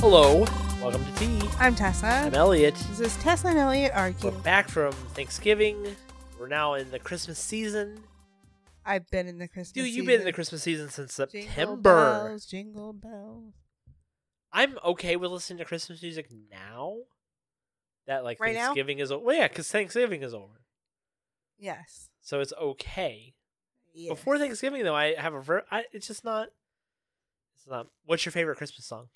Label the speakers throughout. Speaker 1: Hello, welcome to Tea.
Speaker 2: I'm Tessa.
Speaker 1: I'm Elliot.
Speaker 2: this is Tessa and Elliot argue.
Speaker 1: We're back from Thanksgiving. We're now in the Christmas season.
Speaker 2: I've been in the Christmas.
Speaker 1: Dude, you've been in the
Speaker 2: season.
Speaker 1: Christmas season since
Speaker 2: Jingle
Speaker 1: September.
Speaker 2: bells, jingle bells.
Speaker 1: I'm okay with listening to Christmas music now. That like
Speaker 2: Right now?
Speaker 1: Thanksgiving is over. Well, yeah, because Thanksgiving is over,
Speaker 2: Yes.
Speaker 1: so it's okay.
Speaker 2: yes.
Speaker 1: Before Thanksgiving, though, I have a ver- I, it's just not. It's not. What's your favorite Christmas song?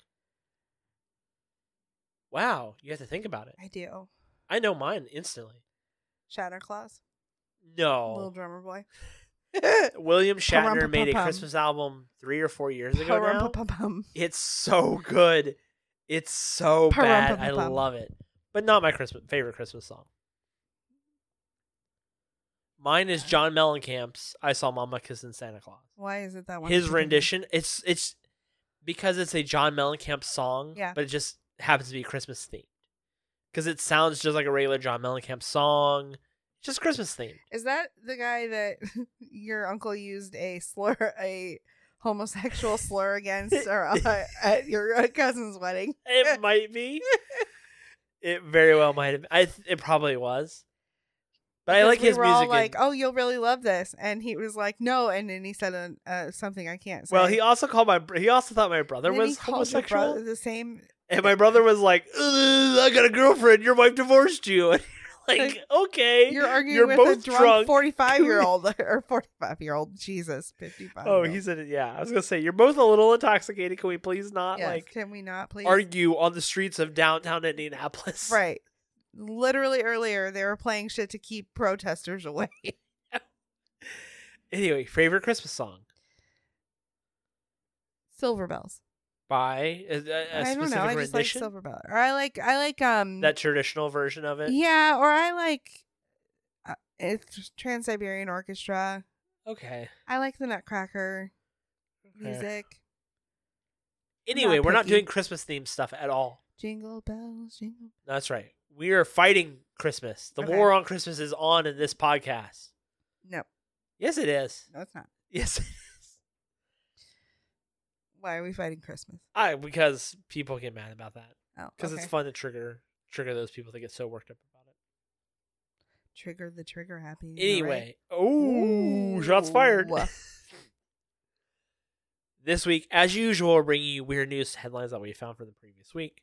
Speaker 1: Wow, you have to think about it.
Speaker 2: I do.
Speaker 1: I know mine instantly.
Speaker 2: Shatter Claus,
Speaker 1: No,
Speaker 2: little drummer boy.
Speaker 1: William Shatner
Speaker 2: Pum-rum,
Speaker 1: made a
Speaker 2: pum-pum.
Speaker 1: Christmas album three or four years ago now.
Speaker 2: Pa-rum-pa-pa-pum.
Speaker 1: It's so good. It's so bad. I
Speaker 2: Pum-rum-pum-pum.
Speaker 1: love it. But not my Christmas favorite Christmas song. Mine is John Mellencamp's "I Saw Mama Kissing Santa Claus."
Speaker 2: Why is it that one?
Speaker 1: His
Speaker 2: I'm thinking of?
Speaker 1: rendition. It's it's because it's a John Mellencamp song.
Speaker 2: Yeah.
Speaker 1: But it just happens to be Christmas themed. Because it sounds just like a regular John Mellencamp song. Just Christmas themed.
Speaker 2: Is that the guy that your uncle used a slur, a homosexual slur against, or uh, at your cousin's wedding?
Speaker 1: it might be. It very well might have. I th- it probably was. But I
Speaker 2: Because
Speaker 1: like
Speaker 2: we
Speaker 1: his
Speaker 2: were
Speaker 1: music.
Speaker 2: All
Speaker 1: and-
Speaker 2: like, oh, you'll really love this, and he was like, no, and then he said uh, uh, something I can't. Say.
Speaker 1: well, he also called my. br- He also thought my brother
Speaker 2: And then he
Speaker 1: was
Speaker 2: called your
Speaker 1: homosexual,
Speaker 2: brother the same.
Speaker 1: and my brother was like, "Ugh, "I got a girlfriend. Your wife divorced you." And you're like, okay,
Speaker 2: You're arguing
Speaker 1: You're
Speaker 2: with
Speaker 1: both
Speaker 2: a drunk
Speaker 1: drunk.
Speaker 2: forty-five-year-old or forty-five-year-old. Jesus, fifty-five.
Speaker 1: Oh, he said, it- "Yeah." I was gonna say, you're both a little intoxicated. Can we please not
Speaker 2: yes.
Speaker 1: like
Speaker 2: Can we not please?
Speaker 1: argue on the streets of downtown Indianapolis?
Speaker 2: right. Literally earlier, they were playing shit to keep protesters away.
Speaker 1: Anyway, favorite Christmas song
Speaker 2: Silver bells.
Speaker 1: by a, a, a
Speaker 2: I don't
Speaker 1: specific
Speaker 2: know. I just like
Speaker 1: rendition,
Speaker 2: silver bell. Or I like. I like. Um.
Speaker 1: that traditional version of it.
Speaker 2: yeah. Or I like. Uh, it's Trans Siberian Orchestra.
Speaker 1: Okay.
Speaker 2: I like the Nutcracker
Speaker 1: Okay.
Speaker 2: music.
Speaker 1: Anyway,
Speaker 2: Not
Speaker 1: we're not
Speaker 2: picky.
Speaker 1: doing Christmas themed stuff at all.
Speaker 2: Jingle bells, jingle.
Speaker 1: No, That's right. We are fighting Christmas. The
Speaker 2: Okay.
Speaker 1: war on Christmas is on in this podcast.
Speaker 2: No,
Speaker 1: Yes, it is.
Speaker 2: no, it's not.
Speaker 1: Yes, it is.
Speaker 2: Why are we fighting Christmas?
Speaker 1: I because people get mad about that
Speaker 2: Oh,
Speaker 1: because
Speaker 2: okay.
Speaker 1: it's fun to trigger trigger those people that get so worked up about it.
Speaker 2: Trigger the trigger happy. am I right?
Speaker 1: Anyway, oh, shots fired.
Speaker 2: Ooh.
Speaker 1: This week, as usual, we're bringing you weird news headlines that we found from the previous week.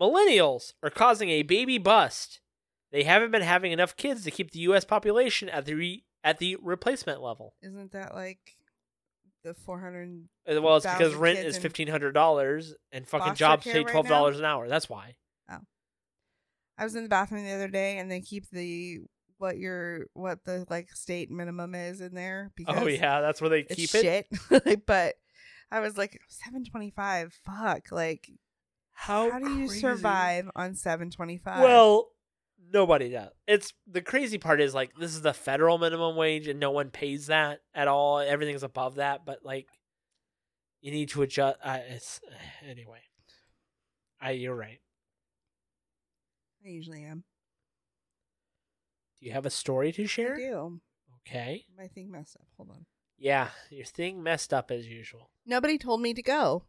Speaker 1: Millennials are causing a baby bust. They haven't been having enough kids to keep the U.S. population at the re- at the replacement level.
Speaker 2: Isn't that like the four hundred?
Speaker 1: Uh, Well, it's because
Speaker 2: 1,000
Speaker 1: rent
Speaker 2: kids
Speaker 1: is
Speaker 2: in
Speaker 1: fifteen hundred dollars and fucking
Speaker 2: foster
Speaker 1: jobs
Speaker 2: care
Speaker 1: pay
Speaker 2: right
Speaker 1: twelve dollars an hour. That's why.
Speaker 2: I was in the bathroom the other day, and they keep the what your what the like state minimum is in there because
Speaker 1: Oh yeah, that's where they
Speaker 2: it's
Speaker 1: keep it.
Speaker 2: shit. Like, but I was like seven twenty five. Fuck, like how do you
Speaker 1: crazy.
Speaker 2: survive on seven twenty five?
Speaker 1: Well, nobody does. It's the crazy part is like this is the federal minimum wage and no one pays that at all. Everything's above that, but like you need to adjust. Uh, it's anyway. I you're right.
Speaker 2: I usually am.
Speaker 1: Do you have a story to
Speaker 2: I
Speaker 1: share?
Speaker 2: do.
Speaker 1: Okay.
Speaker 2: My thing messed up. Hold on.
Speaker 1: Yeah, your thing messed up as usual.
Speaker 2: Nobody told me to go.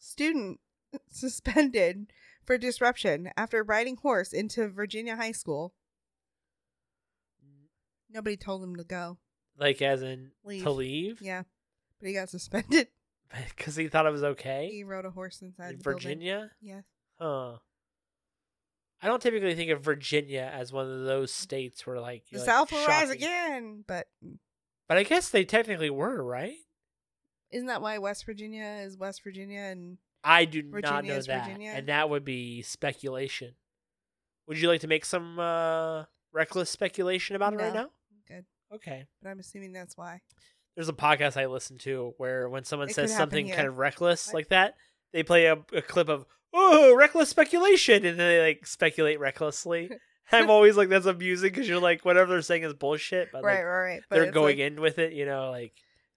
Speaker 2: Student suspended for disruption after riding horse into Virginia high school. Nobody told him to go.
Speaker 1: Like as in
Speaker 2: Leave.
Speaker 1: to leave.
Speaker 2: Yeah. But he got suspended.
Speaker 1: because he thought it was okay
Speaker 2: He rode a horse inside
Speaker 1: in
Speaker 2: the building.
Speaker 1: Virginia.
Speaker 2: Yes.
Speaker 1: Huh. I don't typically think of Virginia as one of those states where like
Speaker 2: The
Speaker 1: you're, like,
Speaker 2: South will rise
Speaker 1: shocking.
Speaker 2: again. But
Speaker 1: But I guess they technically were right.
Speaker 2: isn't that why West Virginia is West Virginia and
Speaker 1: I do not
Speaker 2: Virginia
Speaker 1: know
Speaker 2: is
Speaker 1: that,
Speaker 2: Virginia?
Speaker 1: and that would be speculation. Would you like to make some uh, reckless speculation about it right
Speaker 2: No.
Speaker 1: now?
Speaker 2: good.
Speaker 1: Okay.
Speaker 2: But I'm assuming that's why.
Speaker 1: there's a podcast I listen to where when someone
Speaker 2: It
Speaker 1: says
Speaker 2: could happen
Speaker 1: something
Speaker 2: here.
Speaker 1: kind of reckless
Speaker 2: What?
Speaker 1: like that, they play a, a clip of "Oh, reckless speculation," and then they like speculate recklessly. I'm always like, that's amusing because you're like, whatever they're saying is bullshit, but
Speaker 2: right,
Speaker 1: Uh, like,
Speaker 2: right, right. But
Speaker 1: they're
Speaker 2: it's
Speaker 1: going
Speaker 2: like,
Speaker 1: in with it, you know, like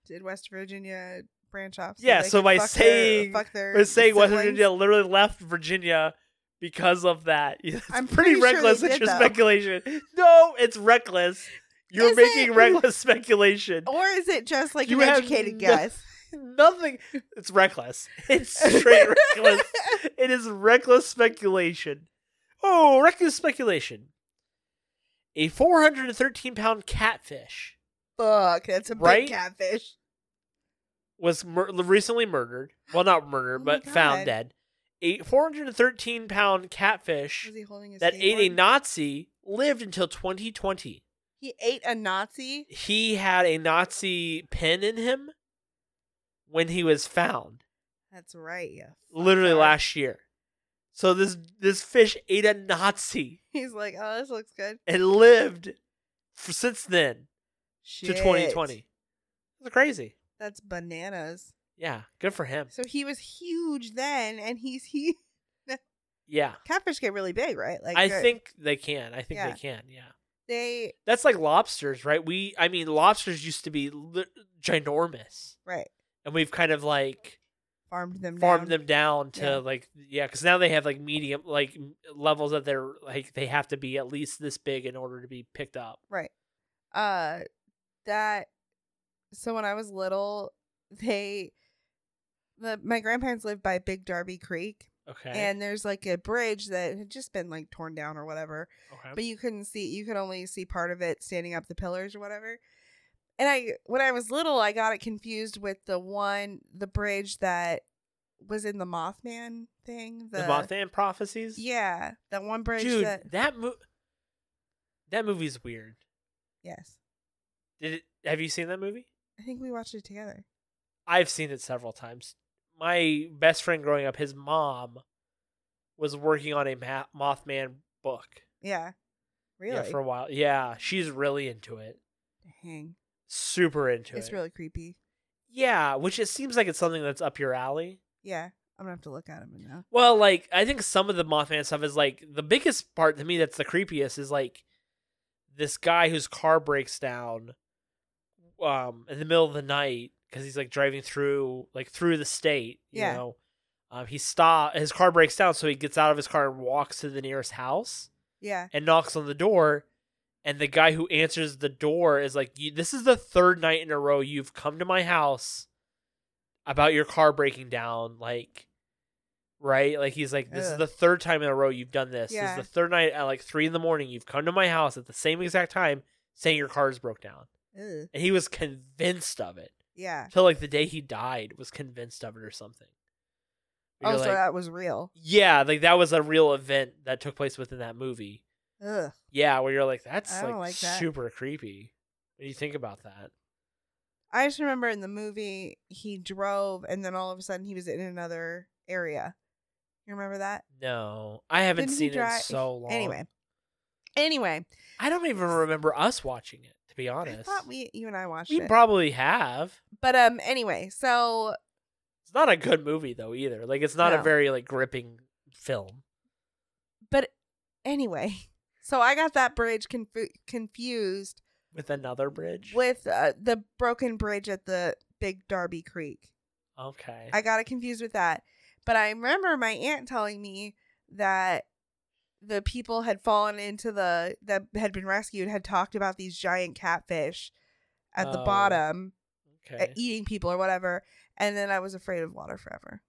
Speaker 2: Did West Virginia branch off?
Speaker 1: Yeah,
Speaker 2: they
Speaker 1: so
Speaker 2: could
Speaker 1: by
Speaker 2: fuck
Speaker 1: saying-
Speaker 2: their, fuck their
Speaker 1: they're saying West
Speaker 2: siblings?
Speaker 1: Virginia literally left Virginia because of that. It's
Speaker 2: I'm
Speaker 1: pretty,
Speaker 2: pretty sure they
Speaker 1: reckless. it's
Speaker 2: did,
Speaker 1: your
Speaker 2: though.
Speaker 1: speculation. No, it's reckless. You're
Speaker 2: Is
Speaker 1: making
Speaker 2: it?
Speaker 1: reckless speculation.
Speaker 2: Or is it just like
Speaker 1: You
Speaker 2: an
Speaker 1: have
Speaker 2: educated
Speaker 1: no-
Speaker 2: guess?
Speaker 1: Nothing. It's reckless. It's straight reckless. It is reckless speculation. Oh, reckless speculation. A 413 pound catfish
Speaker 2: Fuck, that's a
Speaker 1: Right?
Speaker 2: big catfish.
Speaker 1: was mur- recently murdered. Well, not murdered,
Speaker 2: Oh my
Speaker 1: but found
Speaker 2: God.
Speaker 1: dead. A 413 pound catfish
Speaker 2: Was he holding his
Speaker 1: that ate a
Speaker 2: skateboard?
Speaker 1: Nazi lived until 2020.
Speaker 2: He ate a Nazi.
Speaker 1: He had a Nazi pin in him when he was found,
Speaker 2: That's right. Yeah.
Speaker 1: literally
Speaker 2: fucker.
Speaker 1: last year. So this this fish ate a Nazi
Speaker 2: He's like, oh, this looks good.
Speaker 1: and lived f since then to
Speaker 2: Shit.
Speaker 1: 2020. That's crazy.
Speaker 2: That's bananas.
Speaker 1: Yeah, good for him.
Speaker 2: So he was huge then, and he's he.
Speaker 1: Yeah,
Speaker 2: Catfish get really big, right? Like
Speaker 1: I
Speaker 2: they're-
Speaker 1: think they can. I think
Speaker 2: Yeah.
Speaker 1: they can. Yeah.
Speaker 2: they
Speaker 1: That's like lobsters, right? We, I mean, lobsters used to be li- ginormous,
Speaker 2: right
Speaker 1: and we've kind of like
Speaker 2: farmed them.
Speaker 1: farmed
Speaker 2: down.
Speaker 1: them down to
Speaker 2: Yeah.
Speaker 1: like, yeah, because now they have like medium, like m- levels that they're like they have to be at least this big in order to be picked up.
Speaker 2: Right. Uh that so when I was little, they the my grandparents lived by Big Darby Creek
Speaker 1: Okay.
Speaker 2: and there's like a bridge that had just been like torn down or whatever.
Speaker 1: okay.
Speaker 2: But you couldn't see you could only see part of it standing up the pillars or whatever. And I when I was little, I got it confused with the one the bridge that was in the Mothman thing. The,
Speaker 1: the Mothman prophecies.
Speaker 2: Yeah. That one bridge
Speaker 1: dude,
Speaker 2: that
Speaker 1: that, mo- that movie's weird.
Speaker 2: Yes.
Speaker 1: Did it? Have you seen that movie?
Speaker 2: I think we watched it together.
Speaker 1: I've seen it several times. My best friend growing up, his mom was working on a Ma- Mothman book.
Speaker 2: Yeah. Really?
Speaker 1: Yeah, for a while. Yeah, she's really into it.
Speaker 2: Dang.
Speaker 1: Super into
Speaker 2: It's
Speaker 1: it.
Speaker 2: really creepy.
Speaker 1: yeah, which it seems like it's something that's up your alley.
Speaker 2: Yeah. I'm gonna have to look at him now.
Speaker 1: Well, like I think some of the Mothman stuff is like the biggest part to me that's the creepiest is like this guy whose car breaks down um in the middle of the night cuz he's like driving through like through the state, you
Speaker 2: Yeah.
Speaker 1: know. Um he stop his car breaks down so he gets out of his car and walks to the nearest house
Speaker 2: Yeah.
Speaker 1: and knocks on the door and the guy who answers the door is like "You- this is the third night in a row you've come to my house about your car breaking down like right like he's like this is
Speaker 2: Ugh.
Speaker 1: the third time in a row you've done this this
Speaker 2: Yeah.
Speaker 1: is the third night at like three in the morning you've come to my house at the same exact time saying your car's broke down
Speaker 2: Ugh.
Speaker 1: and he was convinced of it
Speaker 2: Yeah.
Speaker 1: till like the day he died was convinced of it or something You're
Speaker 2: Oh, so
Speaker 1: like-
Speaker 2: that was real.
Speaker 1: yeah like that was a real event that took place within that movie
Speaker 2: Ugh.
Speaker 1: yeah, where you're like, that's
Speaker 2: I
Speaker 1: like,
Speaker 2: don't like that.
Speaker 1: super creepy. When you think about that.
Speaker 2: I just remember in the movie he drove and then all of a sudden he was in another area. You remember that?
Speaker 1: No, I haven't
Speaker 2: Didn't he
Speaker 1: seen it in
Speaker 2: drive-
Speaker 1: so long.
Speaker 2: Anyway. Anyway,
Speaker 1: I don't even remember us watching it. To be
Speaker 2: I
Speaker 1: honest,
Speaker 2: thought we you and I watched
Speaker 1: we
Speaker 2: it.
Speaker 1: probably have.
Speaker 2: but um anyway, so
Speaker 1: It's not a good movie though either. Like it's not a
Speaker 2: No.
Speaker 1: very like gripping film.
Speaker 2: but anyway, so I got that bridge confu- confused
Speaker 1: With another bridge.
Speaker 2: with uh, the broken bridge at the Big Darby Creek.
Speaker 1: okay.
Speaker 2: I got it confused with that. But I remember my aunt telling me that the people had fallen into the that had been rescued had talked about these giant catfish at the
Speaker 1: Oh,
Speaker 2: bottom uh,
Speaker 1: okay.
Speaker 2: eating people or whatever. And then I was afraid of water forever.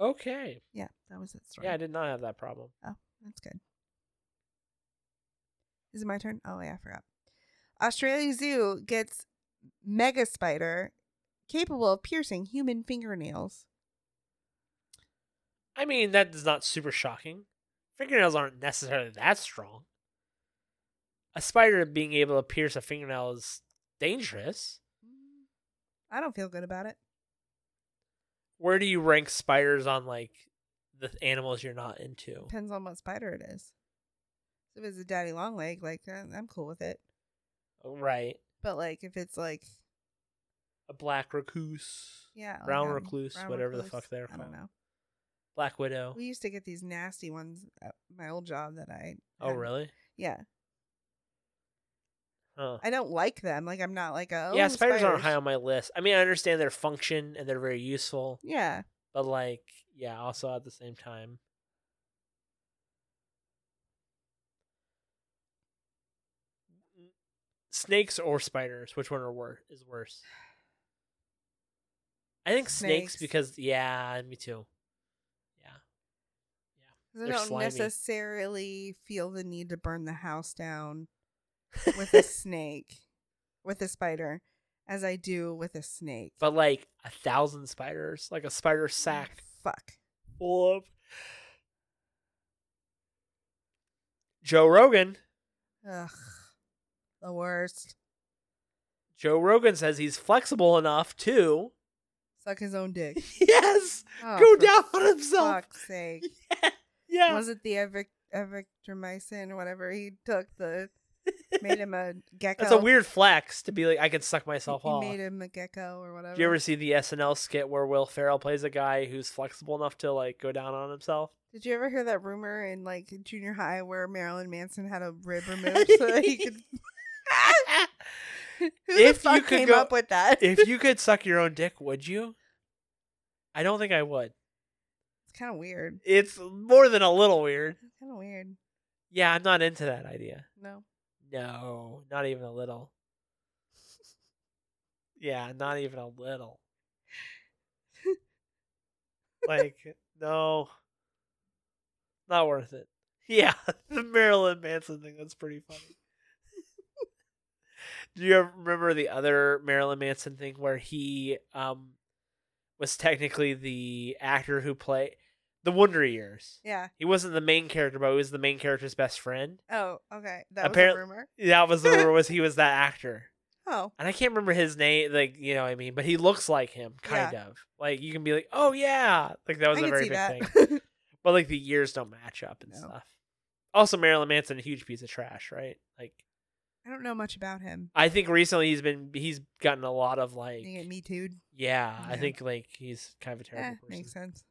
Speaker 1: okay.
Speaker 2: Yeah, that was that story.
Speaker 1: Yeah, I did not have that problem.
Speaker 2: That's good. Is it my turn? Oh, yeah, I forgot. Australia Zoo gets mega spider capable of piercing human fingernails.
Speaker 1: I mean, that is not super shocking. Fingernails aren't necessarily that strong. A spider being able to pierce a fingernail is dangerous.
Speaker 2: I don't feel good about it.
Speaker 1: Where do you rank spiders on like the animals you're not into?
Speaker 2: Depends on what spider it is. If it's a daddy long leg, like uh, I'm cool with it.
Speaker 1: Right.
Speaker 2: But like if it's like
Speaker 1: A black recluse,
Speaker 2: yeah, like,
Speaker 1: Brown
Speaker 2: um,
Speaker 1: recluse, whatever the fuck they're
Speaker 2: I don't
Speaker 1: called.
Speaker 2: know.
Speaker 1: black widow.
Speaker 2: We used to get these nasty ones at my old job that I.
Speaker 1: Oh,
Speaker 2: had.
Speaker 1: really?
Speaker 2: Yeah,
Speaker 1: Huh.
Speaker 2: I don't like them. Like I'm not like a.
Speaker 1: yeah,
Speaker 2: "Oh,
Speaker 1: spiders, aren't high on my list. I mean, I understand their function and they're very useful,
Speaker 2: Yeah,
Speaker 1: but like, yeah, also at the same time. Snakes or spiders, which one are wor- is worse? I think snakes,
Speaker 2: Snakes.
Speaker 1: because yeah, me too.
Speaker 2: I
Speaker 1: They're
Speaker 2: don't
Speaker 1: slimy.
Speaker 2: necessarily feel the need to burn the house down with a snake, with a spider, as I do with a snake.
Speaker 1: But like a thousand spiders, like a spider sack
Speaker 2: Fuck.
Speaker 1: full of. Joe Rogan.
Speaker 2: Ugh. The worst.
Speaker 1: Joe Rogan says he's flexible enough to.
Speaker 2: Suck his own dick.
Speaker 1: Yes,
Speaker 2: Oh,
Speaker 1: go
Speaker 2: for
Speaker 1: down on himself.
Speaker 2: Fuck's sake.
Speaker 1: Yeah.
Speaker 2: Was it the evic evictromycin or whatever he took the made him a gecko?
Speaker 1: That's a weird flex to be like, I can suck myself
Speaker 2: He
Speaker 1: off.
Speaker 2: made him a gecko or whatever.
Speaker 1: Do you ever see the SNL skit where Will Ferrell plays a guy who's flexible enough to like go down on himself?
Speaker 2: Did you ever hear that rumor in like junior high where Marilyn Manson had a rib removed so that he could? Who
Speaker 1: If you
Speaker 2: the fuck
Speaker 1: could
Speaker 2: came
Speaker 1: go-
Speaker 2: up with that?
Speaker 1: if you could suck your own dick, would you? I don't think I would.
Speaker 2: it's kind of weird.
Speaker 1: It's more than a little weird.
Speaker 2: It's kind of weird.
Speaker 1: Yeah, I'm not into that idea.
Speaker 2: No.
Speaker 1: No, not even a little. Yeah, not even a little. like, no. Not worth it. Yeah, the Marilyn Manson thing, that's pretty funny. Do you ever remember the other Marilyn Manson thing where he um was technically the actor who played the Wonder Years?
Speaker 2: Yeah.
Speaker 1: He wasn't the main character, but he was the main character's best friend.
Speaker 2: Oh, okay. That
Speaker 1: Apparent-
Speaker 2: was a rumor.
Speaker 1: That was the rumor was he was that actor.
Speaker 2: Oh,
Speaker 1: And I can't remember his name, like you know what I mean, but he looks like him, kind of. Like you can be like, Oh yeah. Like that was
Speaker 2: I
Speaker 1: a
Speaker 2: can
Speaker 1: very
Speaker 2: see
Speaker 1: big
Speaker 2: that.
Speaker 1: thing. But like the years don't match up and
Speaker 2: No.
Speaker 1: stuff. Also Marilyn Manson, a huge piece of trash, right? Like
Speaker 2: I don't know much about him.
Speaker 1: I think recently he's been he's gotten a lot of like
Speaker 2: You get me too.
Speaker 1: yeah, I
Speaker 2: Yeah.
Speaker 1: think like he's kind of a
Speaker 2: Eh,
Speaker 1: terrible person.
Speaker 2: makes sense.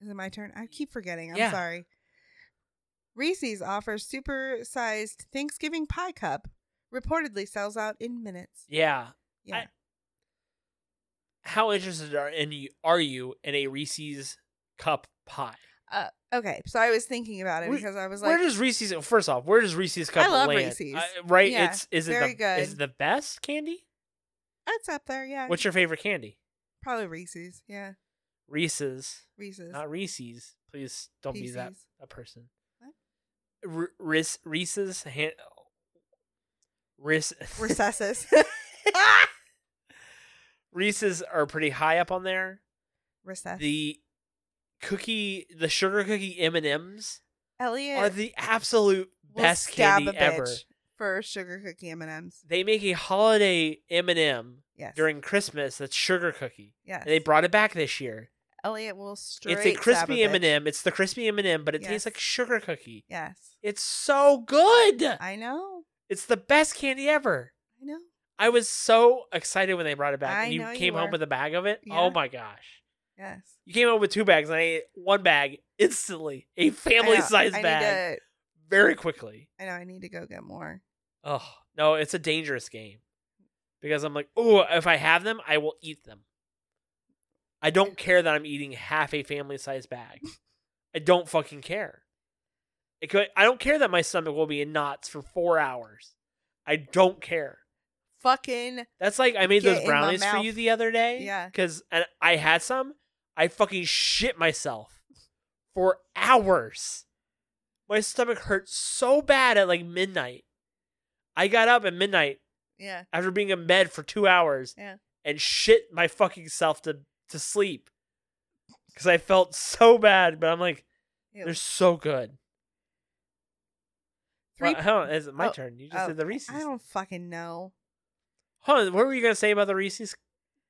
Speaker 2: Is it my turn? I keep forgetting. I'm
Speaker 1: Yeah.
Speaker 2: sorry. Reese's offers super-sized Thanksgiving pie cup. Reportedly sells out in minutes.
Speaker 1: Yeah.
Speaker 2: Yeah.
Speaker 1: I- How interested are in you are you in a Reese's cup pie?
Speaker 2: Okay, so I was thinking about it
Speaker 1: Where-
Speaker 2: because I was
Speaker 1: where
Speaker 2: like,
Speaker 1: does Reese's first off? Where does Reese's cup
Speaker 2: I love
Speaker 1: land?
Speaker 2: Reese's.
Speaker 1: I- right?
Speaker 2: Yeah,
Speaker 1: it's is it
Speaker 2: very
Speaker 1: the
Speaker 2: good.
Speaker 1: is it the best candy?
Speaker 2: "That's up there, yeah."
Speaker 1: What's your favorite candy?
Speaker 2: probably Reese's? Yeah,
Speaker 1: Reese's,
Speaker 2: Reese's.
Speaker 1: not Reese's. Please don't be that
Speaker 2: Reese's.
Speaker 1: that person.
Speaker 2: What?
Speaker 1: Re- Reese- Reese's hand. Reese-
Speaker 2: Recesses.
Speaker 1: Reese's are pretty high up on there.
Speaker 2: Recess.
Speaker 1: The cookie, the sugar cookie M and M's
Speaker 2: Elliot
Speaker 1: are the absolute
Speaker 2: will
Speaker 1: best
Speaker 2: stab
Speaker 1: candy
Speaker 2: a bitch
Speaker 1: ever.
Speaker 2: for sugar cookie M and M's.
Speaker 1: They make a holiday M and m
Speaker 2: Yes.
Speaker 1: during Christmas that's sugar cookie.
Speaker 2: yes.
Speaker 1: And they brought it back this year.
Speaker 2: Elliot will straight.
Speaker 1: it's a
Speaker 2: stab
Speaker 1: crispy
Speaker 2: bitch.
Speaker 1: M and m It's the crispy M and m but it
Speaker 2: Yes.
Speaker 1: tastes like sugar cookie.
Speaker 2: Yes.
Speaker 1: It's so good.
Speaker 2: I know.
Speaker 1: it's the best candy ever.
Speaker 2: I know.
Speaker 1: I was so excited when they brought it back.
Speaker 2: I
Speaker 1: and you
Speaker 2: know you
Speaker 1: came home
Speaker 2: were.
Speaker 1: with a bag of it.
Speaker 2: Yeah.
Speaker 1: Oh my gosh.
Speaker 2: Yes.
Speaker 1: You came home with two bags and I ate one bag instantly. A
Speaker 2: I
Speaker 1: family
Speaker 2: know.
Speaker 1: size
Speaker 2: I
Speaker 1: bag
Speaker 2: Need
Speaker 1: very quickly.
Speaker 2: to, I know. I need to go get more.
Speaker 1: Oh, no, it's a dangerous game. Because I'm like, oh, if I have them, I will eat them. I don't care that I'm eating half a family size bag. I don't fucking care. It could, I don't care that my stomach will be in knots for four hours. I don't care.
Speaker 2: Fucking
Speaker 1: That's like I made
Speaker 2: Get
Speaker 1: those
Speaker 2: in my
Speaker 1: brownies for you
Speaker 2: mouth.
Speaker 1: the other day.
Speaker 2: Yeah.
Speaker 1: Because and I had some. I fucking shit myself for hours. My stomach hurt so bad at like midnight. I got up at midnight
Speaker 2: yeah.
Speaker 1: after being in bed for two hours
Speaker 2: Yeah.
Speaker 1: and shit my fucking self to, to sleep. Because I felt so bad, but I'm like,
Speaker 2: Ew.
Speaker 1: they're so good.
Speaker 2: Three-
Speaker 1: well, hold on, it's my
Speaker 2: oh,
Speaker 1: turn. You just
Speaker 2: oh,
Speaker 1: did the Reese's.
Speaker 2: I don't fucking know.
Speaker 1: Hold on, what were you going to say about the Reese's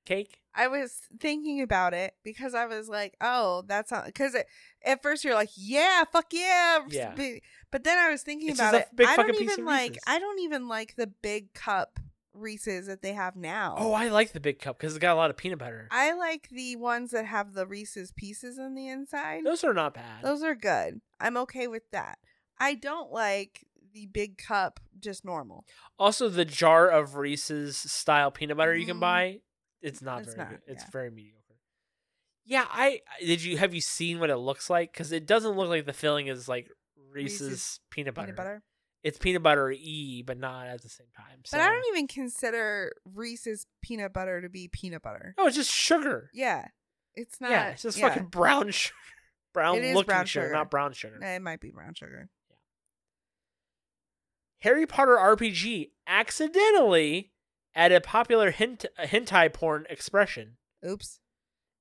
Speaker 1: cake?
Speaker 2: I was thinking about it because I was like, oh, that's not because at first you're like, yeah, fuck yeah,
Speaker 1: Yeah.
Speaker 2: But, but then I was thinking
Speaker 1: It's
Speaker 2: about
Speaker 1: just
Speaker 2: it.
Speaker 1: a big
Speaker 2: I don't
Speaker 1: fucking
Speaker 2: even
Speaker 1: piece of
Speaker 2: like.
Speaker 1: Reese's.
Speaker 2: I don't even like the big cup Reese's that they have now.
Speaker 1: Oh, I like the big cup because it's got a lot of peanut butter.
Speaker 2: I like the ones that have the Reese's pieces on the inside.
Speaker 1: Those are not bad.
Speaker 2: Those are good. I'm okay with that. I don't like the big cup, just normal.
Speaker 1: also, the jar of Reese's style peanut butter you can
Speaker 2: Mhm.
Speaker 1: buy, it's not
Speaker 2: It's
Speaker 1: very
Speaker 2: not,
Speaker 1: good. It's
Speaker 2: yeah.
Speaker 1: very mediocre. Yeah, I I- did you have you seen what it looks like? Because it doesn't look like the filling is like Reese's,
Speaker 2: Reese's
Speaker 1: peanut butter.
Speaker 2: Peanut butter.
Speaker 1: it's peanut butter E, but not at the same time. So.
Speaker 2: But I don't e even consider Reese's peanut butter to be peanut butter.
Speaker 1: Oh, it's just sugar.
Speaker 2: Yeah, it's not.
Speaker 1: yeah, it's just
Speaker 2: yeah.
Speaker 1: fucking brown sugar. Brown
Speaker 2: It is
Speaker 1: looking
Speaker 2: brown
Speaker 1: sugar,
Speaker 2: sugar.
Speaker 1: not brown sugar.
Speaker 2: It might be brown sugar.
Speaker 1: Harry Potter RPG accidentally added a popular hent- a hentai porn expression.
Speaker 2: Oops.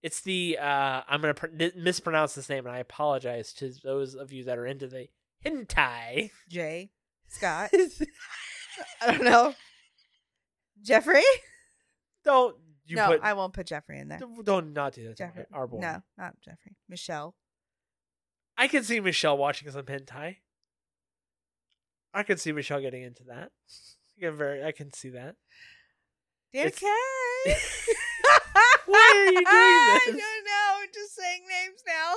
Speaker 1: It's the uh, I'm gonna pr- n- mispronounce this name, and I apologize to those of you that are into the hentai.
Speaker 2: Jay Scott. I don't know. Jeffrey?
Speaker 1: don't you
Speaker 2: no,
Speaker 1: put
Speaker 2: I won't put Jeffrey in there.
Speaker 1: don't- don't not do that to
Speaker 2: Jeffrey.
Speaker 1: my, our boy.
Speaker 2: No, not Jeffrey. Michelle.
Speaker 1: I could see Michelle watching some hentai. I could see Michelle getting into that. I can very I can see that.
Speaker 2: Dana
Speaker 1: It's-
Speaker 2: Kay.
Speaker 1: Why are you doing
Speaker 2: I
Speaker 1: this?
Speaker 2: don't know. I'm just saying names now.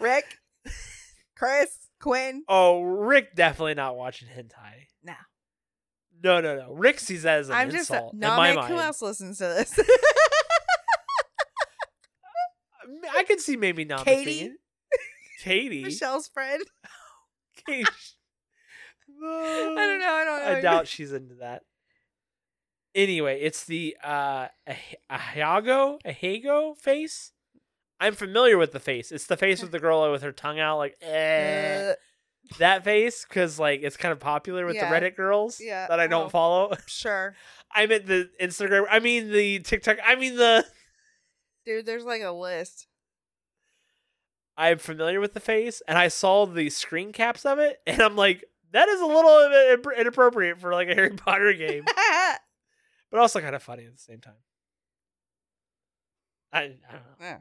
Speaker 2: Rick, Chris, Quinn.
Speaker 1: Oh, Rick definitely not watching hentai.
Speaker 2: No.
Speaker 1: No, no, no. Rick sees that as an
Speaker 2: I'm just
Speaker 1: insult in
Speaker 2: no.
Speaker 1: my
Speaker 2: Nick,
Speaker 1: mind.
Speaker 2: who else listens to this?
Speaker 1: I could see maybe not.
Speaker 2: Katie?
Speaker 1: Katie.
Speaker 2: Michelle's friend.
Speaker 1: Katie.
Speaker 2: I don't know. I don't know.
Speaker 1: I doubt she's into that. Anyway, it's the uh Ah- Ahago Ahago face. I'm familiar with the face. It's the face with the girl with her tongue out, like eh.
Speaker 2: Uh,
Speaker 1: that face, because like it's kind of popular with
Speaker 2: Yeah.
Speaker 1: the Reddit girls
Speaker 2: Yeah,
Speaker 1: that I don't
Speaker 2: oh.
Speaker 1: follow.
Speaker 2: sure,
Speaker 1: I meant the Instagram. I mean the TikTok. I mean the.
Speaker 2: dude. There's like a list.
Speaker 1: I'm familiar with the face, and I saw the screen caps of it, and I'm like, that is a little bit inappropriate for like a Harry Potter game.
Speaker 2: I
Speaker 1: but also kind of funny at the same time. I, I don't know.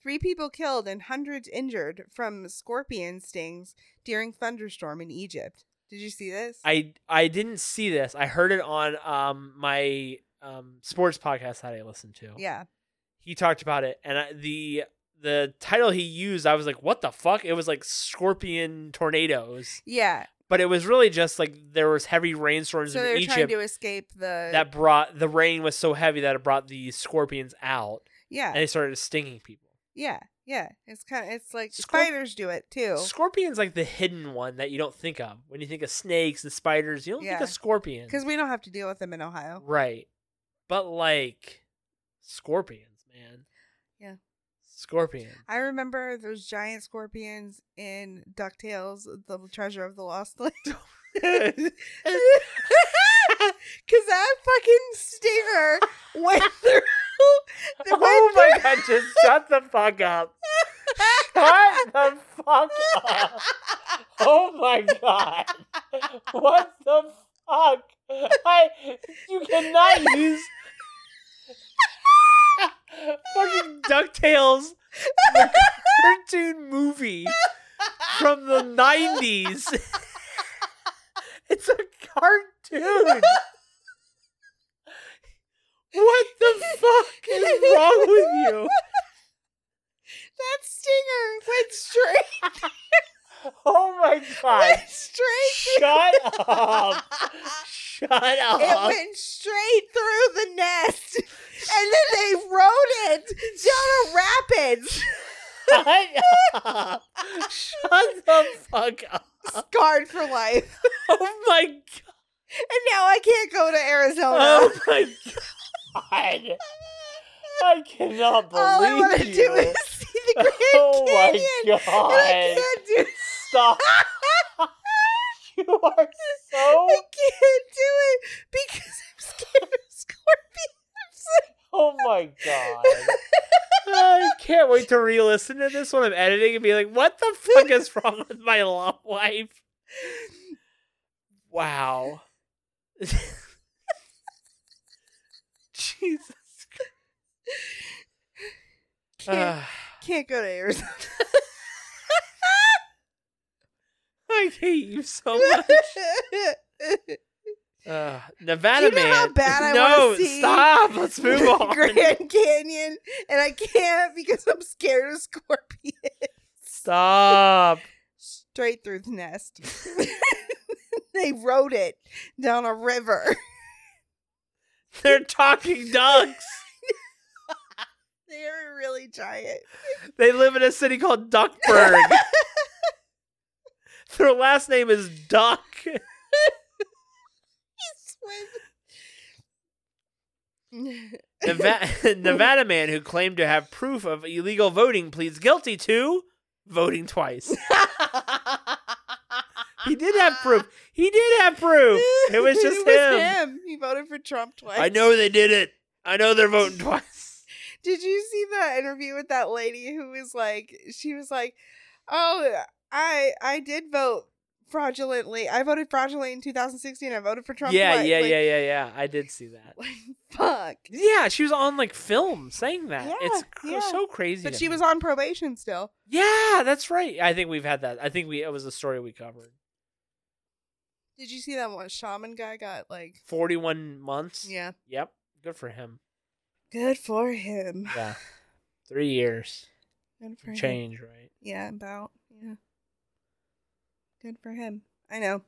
Speaker 2: Three people killed and hundreds injured from scorpion stings during thunderstorm in Egypt. Did you see this?
Speaker 1: I I didn't see this. I heard it on um my um sports podcast that I listened to.
Speaker 2: yeah.
Speaker 1: He talked about it, and I, the the title he used, I was like, what the fuck? It was like scorpion tornadoes,
Speaker 2: Yeah.
Speaker 1: but it was really just like there was heavy rainstorms
Speaker 2: So
Speaker 1: in
Speaker 2: they're trying
Speaker 1: Egypt
Speaker 2: to escape the
Speaker 1: that brought the rain was so heavy that it brought the scorpions out,
Speaker 2: Yeah.
Speaker 1: and they started stinging people.
Speaker 2: yeah. Yeah. It's kind of it's like
Speaker 1: Scorp-
Speaker 2: spiders do it too.
Speaker 1: Scorpion's like the hidden one that you don't think of. When you think of snakes and spiders, you don't
Speaker 2: Yeah.
Speaker 1: think of scorpions.
Speaker 2: Cuz we don't have to deal with them in Ohio.
Speaker 1: Right. But like scorpions, man.
Speaker 2: Yeah.
Speaker 1: Scorpions.
Speaker 2: I remember those giant scorpions in DuckTales, The Treasure of the Lost Land. Cuz that fucking stinger went through the
Speaker 1: oh my god, just shut the fuck up. Shut the fuck up. Oh my god. What the fuck? I you cannot use fucking DuckTales the cartoon movie from the 90s. It's a cartoon. What the fuck is wrong with you?
Speaker 2: That stinger went straight
Speaker 1: Oh my god.
Speaker 2: went straight
Speaker 1: Shut up. Shut up.
Speaker 2: It went straight through the nest, and then they rode it down a rapids,
Speaker 1: Shut up. Shut the fuck up.
Speaker 2: scarred for life.
Speaker 1: Oh my god.
Speaker 2: And now I can't go to Arizona.
Speaker 1: Oh my god. I cannot believe
Speaker 2: All I want to
Speaker 1: you.
Speaker 2: do is see the Grand
Speaker 1: oh
Speaker 2: Canyon,
Speaker 1: my
Speaker 2: and I
Speaker 1: god.
Speaker 2: can't do.
Speaker 1: Stop. you are so
Speaker 2: I can't do it because I'm scared of scorpions.
Speaker 1: Oh my god. I can't wait to re listen to this when I'm editing and be like, what the fuck is wrong with my love life? Wow. Jesus.
Speaker 2: Can't,
Speaker 1: Uh,
Speaker 2: can't go to Arizona.
Speaker 1: I hate you so much.
Speaker 2: you
Speaker 1: Uh, Nevada
Speaker 2: Do you know
Speaker 1: man.
Speaker 2: how bad I
Speaker 1: no,
Speaker 2: wanna see
Speaker 1: stop. Let's move on.
Speaker 2: Grand Canyon, and I can't because I'm scared of scorpions.
Speaker 1: Stop.
Speaker 2: straight through the nest. they rode it down a river.
Speaker 1: They're talking ducks.
Speaker 2: They are really giant.
Speaker 1: They live in a city called Duckburg. Their last name is Duck. Nevada, Nevada man who claimed to have proof of illegal voting pleads guilty to voting twice. He did have proof. He did have proof. It was just him.
Speaker 2: He voted for Trump twice.
Speaker 1: I know they did it. I know they're voting twice.
Speaker 2: Did you see the interview with that lady who was like, she was like, "Oh, I I did vote fraudulently. I voted fraudulently in 2016. I voted for Trump."
Speaker 1: yeah,
Speaker 2: twice."
Speaker 1: yeah,
Speaker 2: Like-
Speaker 1: yeah, yeah, yeah. I did see that.
Speaker 2: Like, fuck.
Speaker 1: Yeah, she was on like film saying that.
Speaker 2: Yeah,
Speaker 1: it's cr-
Speaker 2: yeah.
Speaker 1: so crazy.
Speaker 2: But
Speaker 1: to
Speaker 2: she
Speaker 1: me.
Speaker 2: was on probation still.
Speaker 1: Yeah, that's right. I think we've had that. I think we it was a story we covered.
Speaker 2: Did you see that one shaman guy got like?
Speaker 1: Forty one months.
Speaker 2: Yeah.
Speaker 1: Yep. Good for him.
Speaker 2: Good for him.
Speaker 1: Yeah. Three years.
Speaker 2: Good for him.
Speaker 1: Change, right?
Speaker 2: Yeah, about. Yeah. Good for him. I know.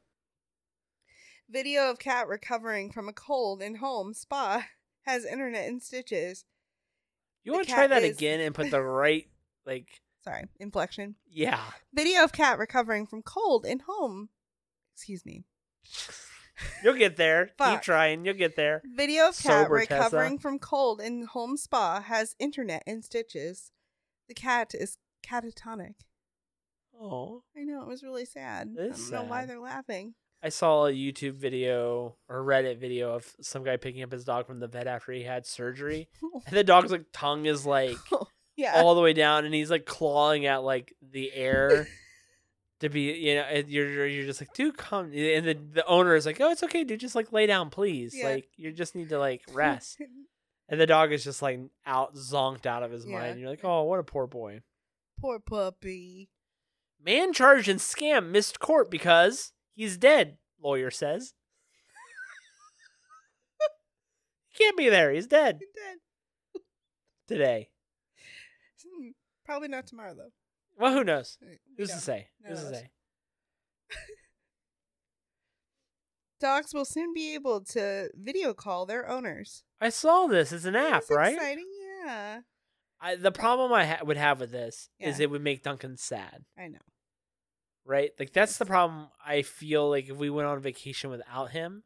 Speaker 2: Video of cat recovering from a cold in home spa has internet in stitches.
Speaker 1: You
Speaker 2: The
Speaker 1: want to try
Speaker 2: cat
Speaker 1: that
Speaker 2: is-
Speaker 1: again and put the right like
Speaker 2: Sorry, inflection.
Speaker 1: yeah.
Speaker 2: Video of cat recovering from cold in home. Excuse me.
Speaker 1: You'll get there. Keep
Speaker 2: Fuck.
Speaker 1: trying. You'll get there.
Speaker 2: Video of cat
Speaker 1: Sober, Tessa.
Speaker 2: recovering from cold in home spa has internet in stitches. The cat is catatonic.
Speaker 1: Oh.
Speaker 2: I know it was really sad. I
Speaker 1: It
Speaker 2: don't
Speaker 1: is
Speaker 2: know why
Speaker 1: sad.
Speaker 2: they're laughing.
Speaker 1: I saw a YouTube video or Reddit video of some guy picking up his dog from the vet after he had surgery. And the dog's like tongue is like
Speaker 2: yeah.
Speaker 1: all the way down and he's like clawing at like the air to be you know and you're you're- you're just like dude come and the, the owner is like oh it's okay dude just like lay down please
Speaker 2: Yeah.
Speaker 1: like you just need to like rest and the dog is just like out zonked out of his
Speaker 2: Yeah.
Speaker 1: mind you're like oh what a poor boy
Speaker 2: Poor puppy.
Speaker 1: man charged in scam missed court because he's dead lawyer says can't be there he's dead
Speaker 2: He did.
Speaker 1: today
Speaker 2: Hmm, Probably not tomorrow though.
Speaker 1: well who knows
Speaker 2: We
Speaker 1: who's
Speaker 2: don't.
Speaker 1: to say who's to
Speaker 2: knows?
Speaker 1: say
Speaker 2: Dogs will soon be able to video call their owners.
Speaker 1: i saw this it's an app
Speaker 2: That's
Speaker 1: right
Speaker 2: Exciting, yeah.
Speaker 1: I, the problem I ha- would have with this is
Speaker 2: Yeah.
Speaker 1: it would make Duncan sad,
Speaker 2: I know.
Speaker 1: right? Like that's the problem. I feel like if we went on vacation without him,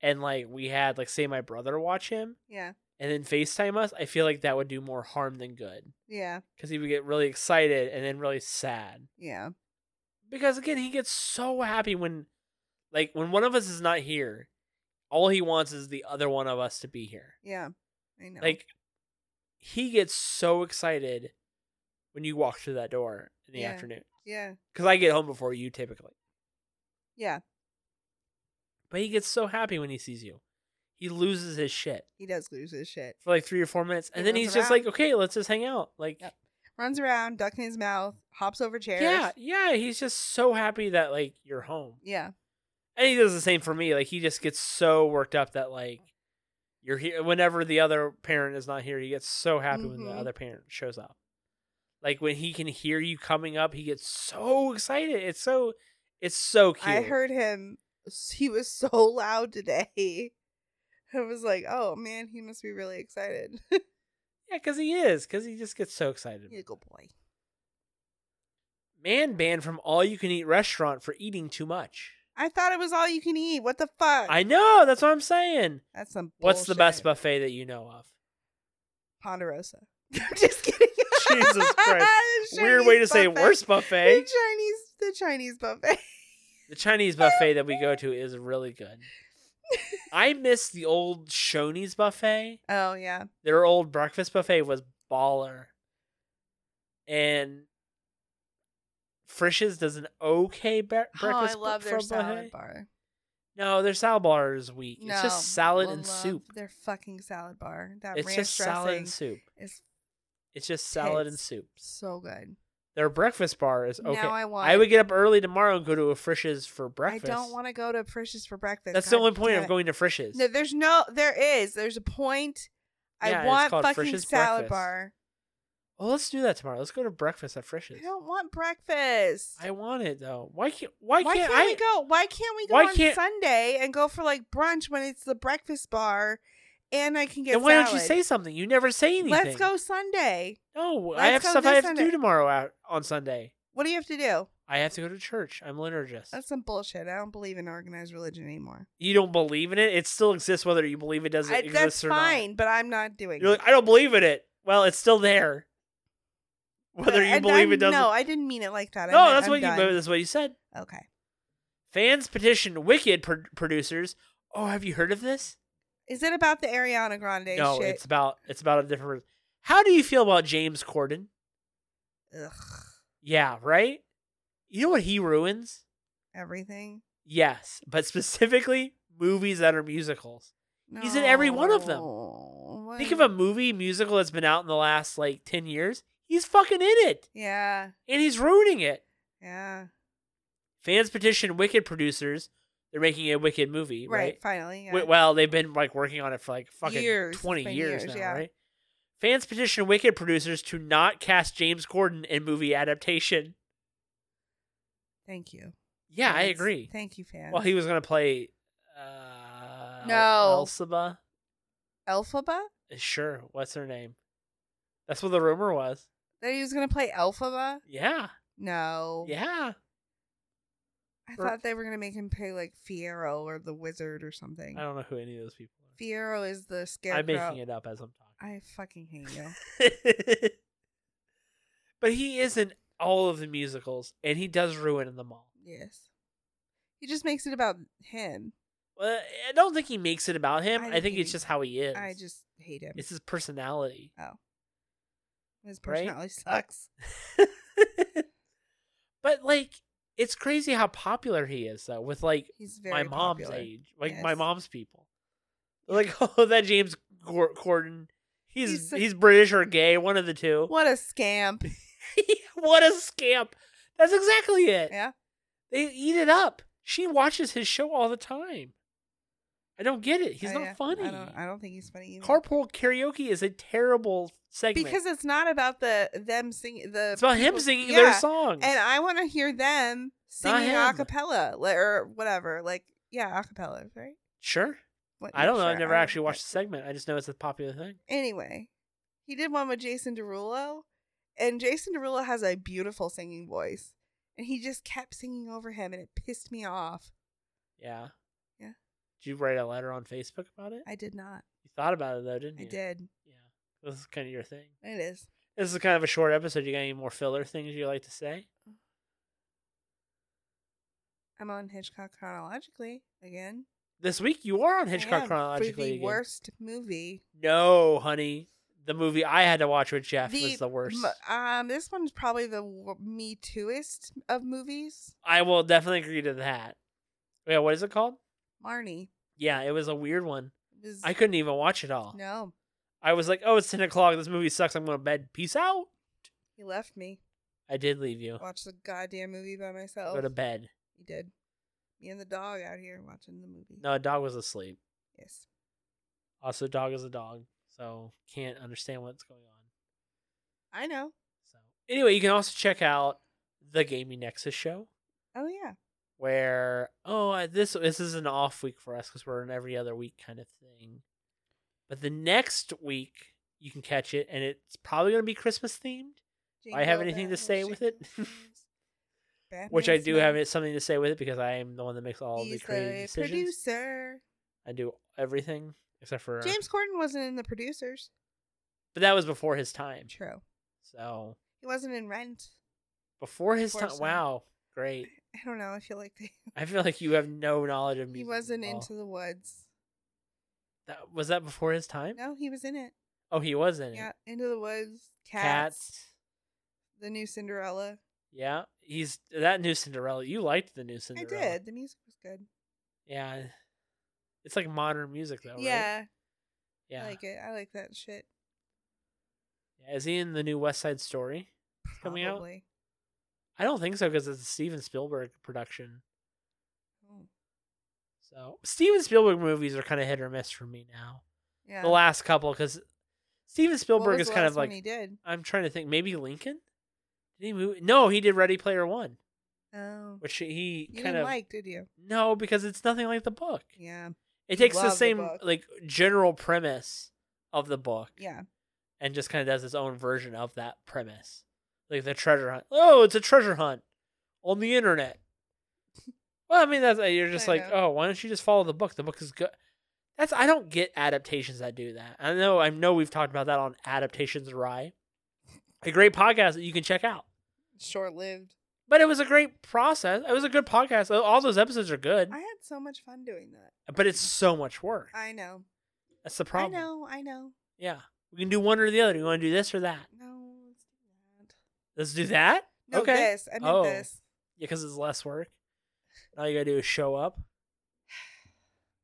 Speaker 1: and like we had like say my brother watch him
Speaker 2: Yeah,
Speaker 1: and then Facetime us, I feel like that would do more harm than good
Speaker 2: yeah,
Speaker 1: because he would get really excited and then really sad
Speaker 2: yeah,
Speaker 1: because again he gets so happy when like when one of us is not here, all he wants is the other one of us to be here.
Speaker 2: yeah. I know.
Speaker 1: Like he gets so excited when you walk through that door in the
Speaker 2: Yeah.
Speaker 1: afternoon.
Speaker 2: yeah,
Speaker 1: Cuz I get home before you typically.
Speaker 2: yeah.
Speaker 1: But he gets so happy when he sees you. He loses his shit
Speaker 2: He does lose his shit.
Speaker 1: for like 3 or 4 minutes and
Speaker 2: He
Speaker 1: then
Speaker 2: runs
Speaker 1: he's just
Speaker 2: around.
Speaker 1: like, "Okay, let's just hang out." Like
Speaker 2: Yep. Runs around, ducking his mouth, hops over chairs.
Speaker 1: Yeah, yeah, he's just so happy that like you're home.
Speaker 2: yeah,
Speaker 1: And he does the same for me. Like he just gets so worked up that like you're here whenever the other parent is not here, he gets so happy when the
Speaker 2: Mhm.
Speaker 1: other parent shows up. Like when he can hear you coming up, he gets so excited. It's so it's so cute.
Speaker 2: I heard him. He was so loud today. I was like, oh man, he must be really excited.
Speaker 1: Yeah, cuz he is cuz he just gets so excited.
Speaker 2: you good boy.
Speaker 1: Man banned from all you can eat restaurant for eating too much.
Speaker 2: I thought it was all you can eat. What the fuck?
Speaker 1: I know, that's what I'm saying.
Speaker 2: That's some.
Speaker 1: What's the
Speaker 2: bullshit.
Speaker 1: best buffet that you know of?
Speaker 2: Ponderosa. I'm just kidding.
Speaker 1: Jesus Christ.
Speaker 2: The
Speaker 1: Weird way to
Speaker 2: Chinese
Speaker 1: say
Speaker 2: buffet.
Speaker 1: worst
Speaker 2: The
Speaker 1: buffet.
Speaker 2: Chinese, the Chinese buffet.
Speaker 1: The Chinese buffet that we go to is really good. I miss the old Shoney's buffet.
Speaker 2: Oh yeah,
Speaker 1: Their old breakfast buffet was baller. And Frisch's does an okay bre- breakfast
Speaker 2: oh, I
Speaker 1: bu-
Speaker 2: love their
Speaker 1: for buffet.
Speaker 2: salad bar.
Speaker 1: No, their salad bar is weak. it's
Speaker 2: No,
Speaker 1: just salad
Speaker 2: I
Speaker 1: and
Speaker 2: love
Speaker 1: soup.
Speaker 2: Their fucking salad bar. That
Speaker 1: It's
Speaker 2: ranch
Speaker 1: just
Speaker 2: dressing
Speaker 1: salad and soup.
Speaker 2: is
Speaker 1: It's just salad and
Speaker 2: Tits.
Speaker 1: soup.
Speaker 2: so good.
Speaker 1: Their breakfast bar is okay.
Speaker 2: Now I want.
Speaker 1: I would get up early tomorrow and go to a Frisch's for
Speaker 2: I
Speaker 1: breakfast.
Speaker 2: don't want to go to Frisch's for breakfast.
Speaker 1: That's the
Speaker 2: God
Speaker 1: only point
Speaker 2: damn
Speaker 1: of
Speaker 2: it.
Speaker 1: going to Frisch's.
Speaker 2: No, there's no. There is. There's a point.
Speaker 1: Yeah,
Speaker 2: I
Speaker 1: it's
Speaker 2: want
Speaker 1: called
Speaker 2: fucking
Speaker 1: Frisch's
Speaker 2: salad
Speaker 1: breakfast.
Speaker 2: bar.
Speaker 1: Oh, let's do that tomorrow. Let's go to breakfast at Frisch's.
Speaker 2: I don't want breakfast.
Speaker 1: I want it though. Why can't? Why,
Speaker 2: why
Speaker 1: can't, I?
Speaker 2: can't, we go? Why can't we go
Speaker 1: Why
Speaker 2: on
Speaker 1: can't-
Speaker 2: Sunday and go for like brunch when it's the breakfast bar, and I can get.
Speaker 1: Then why don't you
Speaker 2: salad?
Speaker 1: say something? You never say anything.
Speaker 2: Let's go Sunday.
Speaker 1: No, I
Speaker 2: Let's
Speaker 1: have
Speaker 2: go
Speaker 1: stuff I have
Speaker 2: this
Speaker 1: to do
Speaker 2: Sunday.
Speaker 1: tomorrow out on Sunday.
Speaker 2: What do you have to do?
Speaker 1: I have to go to church. I'm liturgist.
Speaker 2: That's some bullshit. I don't believe in organized religion anymore.
Speaker 1: you don't believe in it. It still exists whether you believe it doesn't
Speaker 2: I-
Speaker 1: exist
Speaker 2: that's
Speaker 1: or
Speaker 2: fine, but I'm not
Speaker 1: not.
Speaker 2: doing
Speaker 1: You're
Speaker 2: it.
Speaker 1: like, I don't believe in it. Well, it's still there. Whether
Speaker 2: And
Speaker 1: you believe
Speaker 2: I'm-
Speaker 1: it doesn't.
Speaker 2: No, I didn't mean it like that. I
Speaker 1: No,
Speaker 2: meant
Speaker 1: that's
Speaker 2: I'm
Speaker 1: what
Speaker 2: done.
Speaker 1: you. That's what you said.
Speaker 2: Okay.
Speaker 1: Fans petitioned Wicked pro- producers. Oh, have you heard of this?
Speaker 2: Is it about the Ariana Grande
Speaker 1: no,
Speaker 2: shit?
Speaker 1: it's about it's about a different. How do you feel about James Corden?
Speaker 2: Ugh,
Speaker 1: Yeah, right. You know what he ruins?
Speaker 2: everything.
Speaker 1: Yes, but specifically movies that are musicals. He's in every one of them.
Speaker 2: No. What-
Speaker 1: Think of a movie musical that's been out in the last like ten years. He's fucking in it,
Speaker 2: Yeah,
Speaker 1: and he's ruining it.
Speaker 2: yeah.
Speaker 1: Fans petitioned Wicked producers. They're making a Wicked movie,
Speaker 2: Right,
Speaker 1: right?
Speaker 2: finally. Yeah.
Speaker 1: Wi- Well, they've been like working on it for like fucking
Speaker 2: Years. It's
Speaker 1: twenty
Speaker 2: been
Speaker 1: years,
Speaker 2: years,
Speaker 1: now,
Speaker 2: yeah.
Speaker 1: right? Fans petition Wicked producers to not cast James Corden in movie adaptation.
Speaker 2: Thank you.
Speaker 1: Yeah, I
Speaker 2: fans.
Speaker 1: agree.
Speaker 2: Thank you, fans.
Speaker 1: Well, he was gonna play uh
Speaker 2: No.
Speaker 1: Elsaba.
Speaker 2: Elphaba?
Speaker 1: Uh, Sure, what's her name? That's what the rumor was.
Speaker 2: That he was gonna play Elphaba?
Speaker 1: Yeah,
Speaker 2: No.
Speaker 1: yeah.
Speaker 2: I
Speaker 1: Or-
Speaker 2: thought they were gonna make him play like Fiero or the Wizard or something.
Speaker 1: I don't know who any of those people are.
Speaker 2: Fiero is the
Speaker 1: I'm
Speaker 2: scarecrow.
Speaker 1: making it up as I'm
Speaker 2: I fucking hate you.
Speaker 1: talking. but he is in all of the musicals, and he does ruin them all.
Speaker 2: yes. He just makes it about him.
Speaker 1: Well, Uh, I don't think he makes it about him.
Speaker 2: I
Speaker 1: I,
Speaker 2: think
Speaker 1: think
Speaker 2: he-
Speaker 1: it's just how he is.
Speaker 2: I just hate him.
Speaker 1: it's his personality.
Speaker 2: His
Speaker 1: right?
Speaker 2: personality sucks.
Speaker 1: but like, it's crazy how popular he is though. With like
Speaker 2: He's very
Speaker 1: my mom's
Speaker 2: popular.
Speaker 1: age, like my
Speaker 2: Yes.
Speaker 1: mom's people. They're Like, oh, that James Gor- Corden. He's
Speaker 2: He's
Speaker 1: he's,
Speaker 2: so-
Speaker 1: British or gay, one of the two. What,
Speaker 2: What a scamp.
Speaker 1: a scamp! That's exactly it.
Speaker 2: Yeah.
Speaker 1: They eat it up. She watches his show all the time. I don't get it. He's
Speaker 2: I-
Speaker 1: not
Speaker 2: I-
Speaker 1: funny.
Speaker 2: I don't, I don't think he's funny either.
Speaker 1: Carpool karaoke is a terrible segment
Speaker 2: because it's not about the them singing the
Speaker 1: it's about him
Speaker 2: people-
Speaker 1: singing
Speaker 2: Yeah.
Speaker 1: their songs.
Speaker 2: and I want to hear them singing a
Speaker 1: him.
Speaker 2: cappella li- or whatever. Like, yeah, a cappella, right?
Speaker 1: sure,
Speaker 2: What-
Speaker 1: I don't know.
Speaker 2: sure,
Speaker 1: I've never
Speaker 2: I-
Speaker 1: actually watched the segment. I just know it's a popular thing.
Speaker 2: Anyway, he did one with Jason Derulo, and Jason Derulo has a beautiful singing voice, and he just kept singing over him, and it pissed me off.
Speaker 1: Yeah,
Speaker 2: Yeah.
Speaker 1: Did you write a letter on Facebook about it?
Speaker 2: I did not.
Speaker 1: You thought about it though, didn't
Speaker 2: I
Speaker 1: you?
Speaker 2: did.
Speaker 1: Yeah, this is kind of your thing.
Speaker 2: It is.
Speaker 1: This is kind of a short episode. You got any more filler things you like to say?
Speaker 2: I'm on Hitchcock chronologically again.
Speaker 1: This week you are on
Speaker 2: I
Speaker 1: Hitchcock
Speaker 2: am, for
Speaker 1: chronologically
Speaker 2: the
Speaker 1: again.
Speaker 2: worst movie.
Speaker 1: No, honey, the movie I had to watch with Jeff was the worst.
Speaker 2: m- um, this one's probably the w- me tooist of movies.
Speaker 1: I will definitely agree to that. Yeah, what is it called?
Speaker 2: Marnie
Speaker 1: Yeah, it was a weird one.
Speaker 2: was
Speaker 1: I couldn't even watch it all.
Speaker 2: no.
Speaker 1: I was like, oh, it's 10 o'clock. This movie sucks. I'm going to bed. Peace out.
Speaker 2: He left me.
Speaker 1: I did leave you.
Speaker 2: Watched the goddamn movie by myself.
Speaker 1: Go to bed.
Speaker 2: He did. Me and the dog out here watching the movie.
Speaker 1: No, dog was asleep.
Speaker 2: Yes.
Speaker 1: Also, dog is a dog, so can't understand what's going on.
Speaker 2: I know.
Speaker 1: So anyway, you can also check out the Gaming Nexus show,
Speaker 2: Oh yeah.
Speaker 1: where oh I- this this is an off week for us because we're an every other week kind of thing. But the next week you can catch it, and it's probably going to be Christmas themed, I have
Speaker 2: Jingle
Speaker 1: anything to
Speaker 2: bells,
Speaker 1: say with it?
Speaker 2: jingle bells. Batman
Speaker 1: which I do
Speaker 2: Smith.
Speaker 1: have it- something to say with it because I am the one that makes all
Speaker 2: He's
Speaker 1: the creative
Speaker 2: the
Speaker 1: decisions.
Speaker 2: producer.
Speaker 1: I do everything except for
Speaker 2: James Corden wasn't in the producers.
Speaker 1: But that was before his time.
Speaker 2: True.
Speaker 1: So
Speaker 2: He wasn't in Rent.
Speaker 1: before his
Speaker 2: Before
Speaker 1: time,
Speaker 2: his time.
Speaker 1: wow, great.
Speaker 2: I don't know. I feel like they,
Speaker 1: I feel like you have no knowledge of
Speaker 2: he
Speaker 1: music. at
Speaker 2: wasn't
Speaker 1: all.
Speaker 2: into the woods.
Speaker 1: That, was that before his time?
Speaker 2: No, he was in it.
Speaker 1: Oh, he was in it.
Speaker 2: Yeah, Into the Woods, Cats,
Speaker 1: Cats.
Speaker 2: The New Cinderella.
Speaker 1: Yeah, he's that new Cinderella. You liked the new Cinderella.
Speaker 2: I did. The music was good.
Speaker 1: Yeah, it's like modern music though. right?
Speaker 2: yeah,
Speaker 1: yeah.
Speaker 2: I like it. I like that shit.
Speaker 1: Yeah, Is he in the new West Side Story?
Speaker 2: Probably.
Speaker 1: Coming out? I don't think so because it's a Steven Spielberg production.
Speaker 2: Oh,
Speaker 1: So Steven Spielberg movies are kind of hit or miss for me now.
Speaker 2: yeah.
Speaker 1: The last couple because Steven
Speaker 2: What
Speaker 1: Spielberg
Speaker 2: was
Speaker 1: is
Speaker 2: the
Speaker 1: kind
Speaker 2: last
Speaker 1: of
Speaker 2: one
Speaker 1: like
Speaker 2: he did.
Speaker 1: I'm trying to think. Maybe Lincoln? Did he move? No, he did Ready Player One,
Speaker 2: Oh,
Speaker 1: which he
Speaker 2: you
Speaker 1: kind
Speaker 2: didn't
Speaker 1: of
Speaker 2: like, did you?
Speaker 1: no, because it's nothing like the book.
Speaker 2: Yeah,
Speaker 1: It takes the
Speaker 2: Love the
Speaker 1: same
Speaker 2: book.
Speaker 1: like general premise of the book
Speaker 2: yeah.
Speaker 1: and just kind of does its own version of that premise, like the treasure hunt. Oh, it's a treasure hunt. on the internet. Well, I mean, that's you're just
Speaker 2: I
Speaker 1: like,
Speaker 2: know.
Speaker 1: oh, why don't you just follow the book? The book is good. That's I don't get adaptations that do that. I know, I know, we've talked about that on adaptations awry, a great podcast that you can check out.
Speaker 2: Short lived.
Speaker 1: But it was a great process. It was a good podcast. All those episodes are good,
Speaker 2: I had so much fun doing that.
Speaker 1: but it's so much work.
Speaker 2: I know.
Speaker 1: That's the problem.
Speaker 2: I know. I know.
Speaker 1: Yeah, we can do one or the other. You want to do this or that?
Speaker 2: No, let's do that.
Speaker 1: Let's do that.
Speaker 2: No,
Speaker 1: Okay.
Speaker 2: this. I meant
Speaker 1: Oh.
Speaker 2: this.
Speaker 1: Yeah, because it's less work. All you gotta do is show up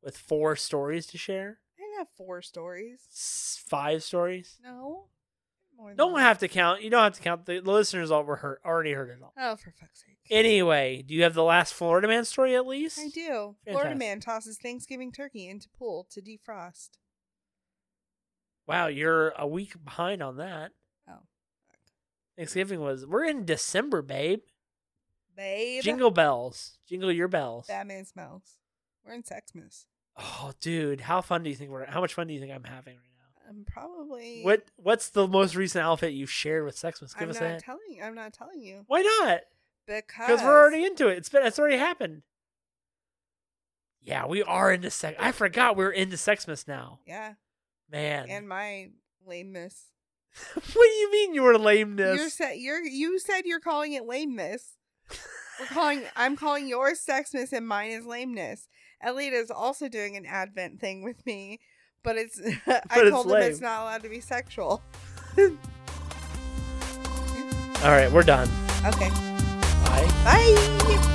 Speaker 1: with four stories to share,
Speaker 2: I didn't have four stories.
Speaker 1: S- five stories.
Speaker 2: No. More than
Speaker 1: Don't
Speaker 2: that.
Speaker 1: have to count. You don't have to count. The, the listeners all were heard, already heard it all.
Speaker 2: Oh, for fuck's sake.
Speaker 1: Anyway, do you have the last Florida Man story at least?
Speaker 2: I do. Florida
Speaker 1: Fantastic.
Speaker 2: man tosses Thanksgiving turkey into pool to defrost.
Speaker 1: Wow, you're a week behind on that.
Speaker 2: Oh.
Speaker 1: Thanksgiving was. We're in December, babe.
Speaker 2: Babe.
Speaker 1: Jingle bells. Jingle your bells.
Speaker 2: Batman smells. We're in Sexmas.
Speaker 1: Oh, dude, how fun do you think we're? How much fun do you think I'm having right now?
Speaker 2: I'm probably.
Speaker 1: What What's the most recent outfit you've shared with Sexmas? Give
Speaker 2: I'm
Speaker 1: us
Speaker 2: not
Speaker 1: that.
Speaker 2: telling. I'm not telling you
Speaker 1: Why not?
Speaker 2: because
Speaker 1: Because we're already into it. It's been. It's already happened. Yeah, we are into sex. I forgot we are into Sexmas now,
Speaker 2: Yeah,
Speaker 1: man.
Speaker 2: and my lameness.
Speaker 1: what do you mean your
Speaker 2: You
Speaker 1: lameness?
Speaker 2: said you're. You said you're calling it lameness. we're calling. I'm calling yours Sexmas and mine is lameness. Alita is also doing an Advent thing with me, but it's. I
Speaker 1: it's
Speaker 2: told him it's
Speaker 1: lame.
Speaker 2: not allowed to be sexual.
Speaker 1: All right, we're done.
Speaker 2: Okay.
Speaker 1: Bye.
Speaker 2: Bye.